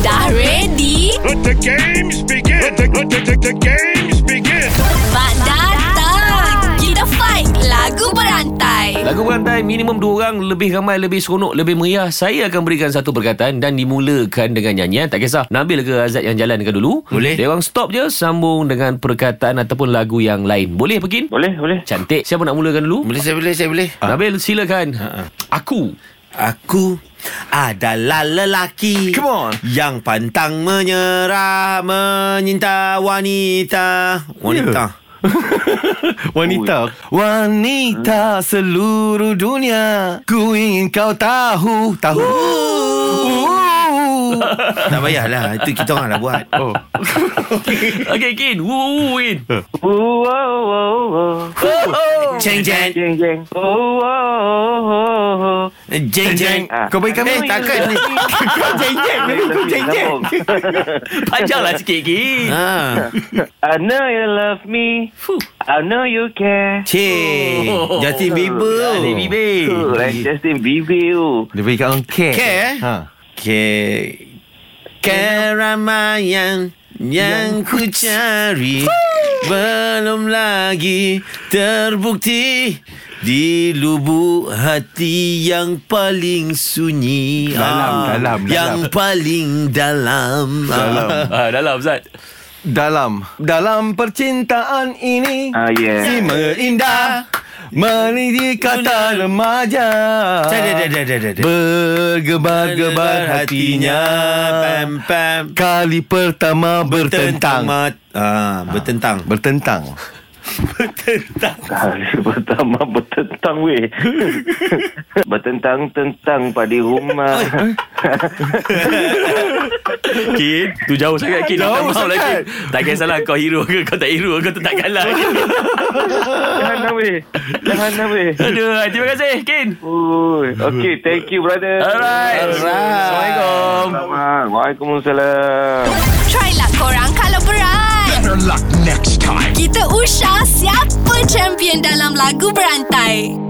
Dah ready? Let the games begin. Let the, let the, the, the games begin. Mak datang! Kita fight lagu berantai. Lagu berantai minimum dua orang lebih ramai lebih seronok lebih meriah. Saya akan berikan satu perkataan dan dimulakan dengan nyanyian. Tak kisah Nabil ke Azad yang jalankan dulu. Boleh. Dia orang stop je sambung dengan perkataan ataupun lagu yang lain. Boleh Pekin? Boleh, boleh. Cantik. Siapa nak mulakan dulu? Boleh saya boleh saya boleh. Nabil silakan. Aku Aku adalah lelaki Come on. Yang pantang menyerah Menyinta wanita Wanita Wanita Wanita seluruh dunia Ku ingin kau tahu Tahu Tak payahlah Itu kita orang dah buat Oh. Okay Kin Woo woo Kin Ooh, oh, oh, oh. Jeng jeng Jeng, jeng. Oh, oh, oh, oh, oh. Jeng jeng Ah. Kau bagi kami Eh takkan ni Kau jeng jeng Kau jeng jeng Sambung. Panjanglah sikit Kin Ha. I know you love me. I know you care. Cik Oh. Justin Bieber Adik bibir Eh, Cool, like Justin Bieber. oh. Dia bagi kat orang care Care, eh? ha. Ke keramaian yang ku cari belum lagi terbukti di lubuk hati yang paling sunyi Ah, Dalam, dalam, dalam. yang paling dalam, dalam. ah, Dalam Zat Dalam Dalam percintaan ini Ah, yeah. Si merindah Meniti kata remaja Dah, dah, dah, dah, dah, dah. Bergebar-gebar hatinya pam pam Kali pertama tentang bertentang ah bertentang Bertentang Hari pertama bertentang Ah, weh Bertentang-tentang pada rumah Kin Tu jauh sangat Kin Jauh sangat lagi. Tak kisahlah kau hero ke Kau tak hero Kau tetap kalah Kin. Jangan lah weh Jangan lah weh Aduh Terima kasih Kin Oi, Okay thank you brother Alright Assalamualaikum Selamat Waalaikumsalam Try lah korang kalau berat. Better luck next time. Kita usah siapa champion dalam lagu berantai.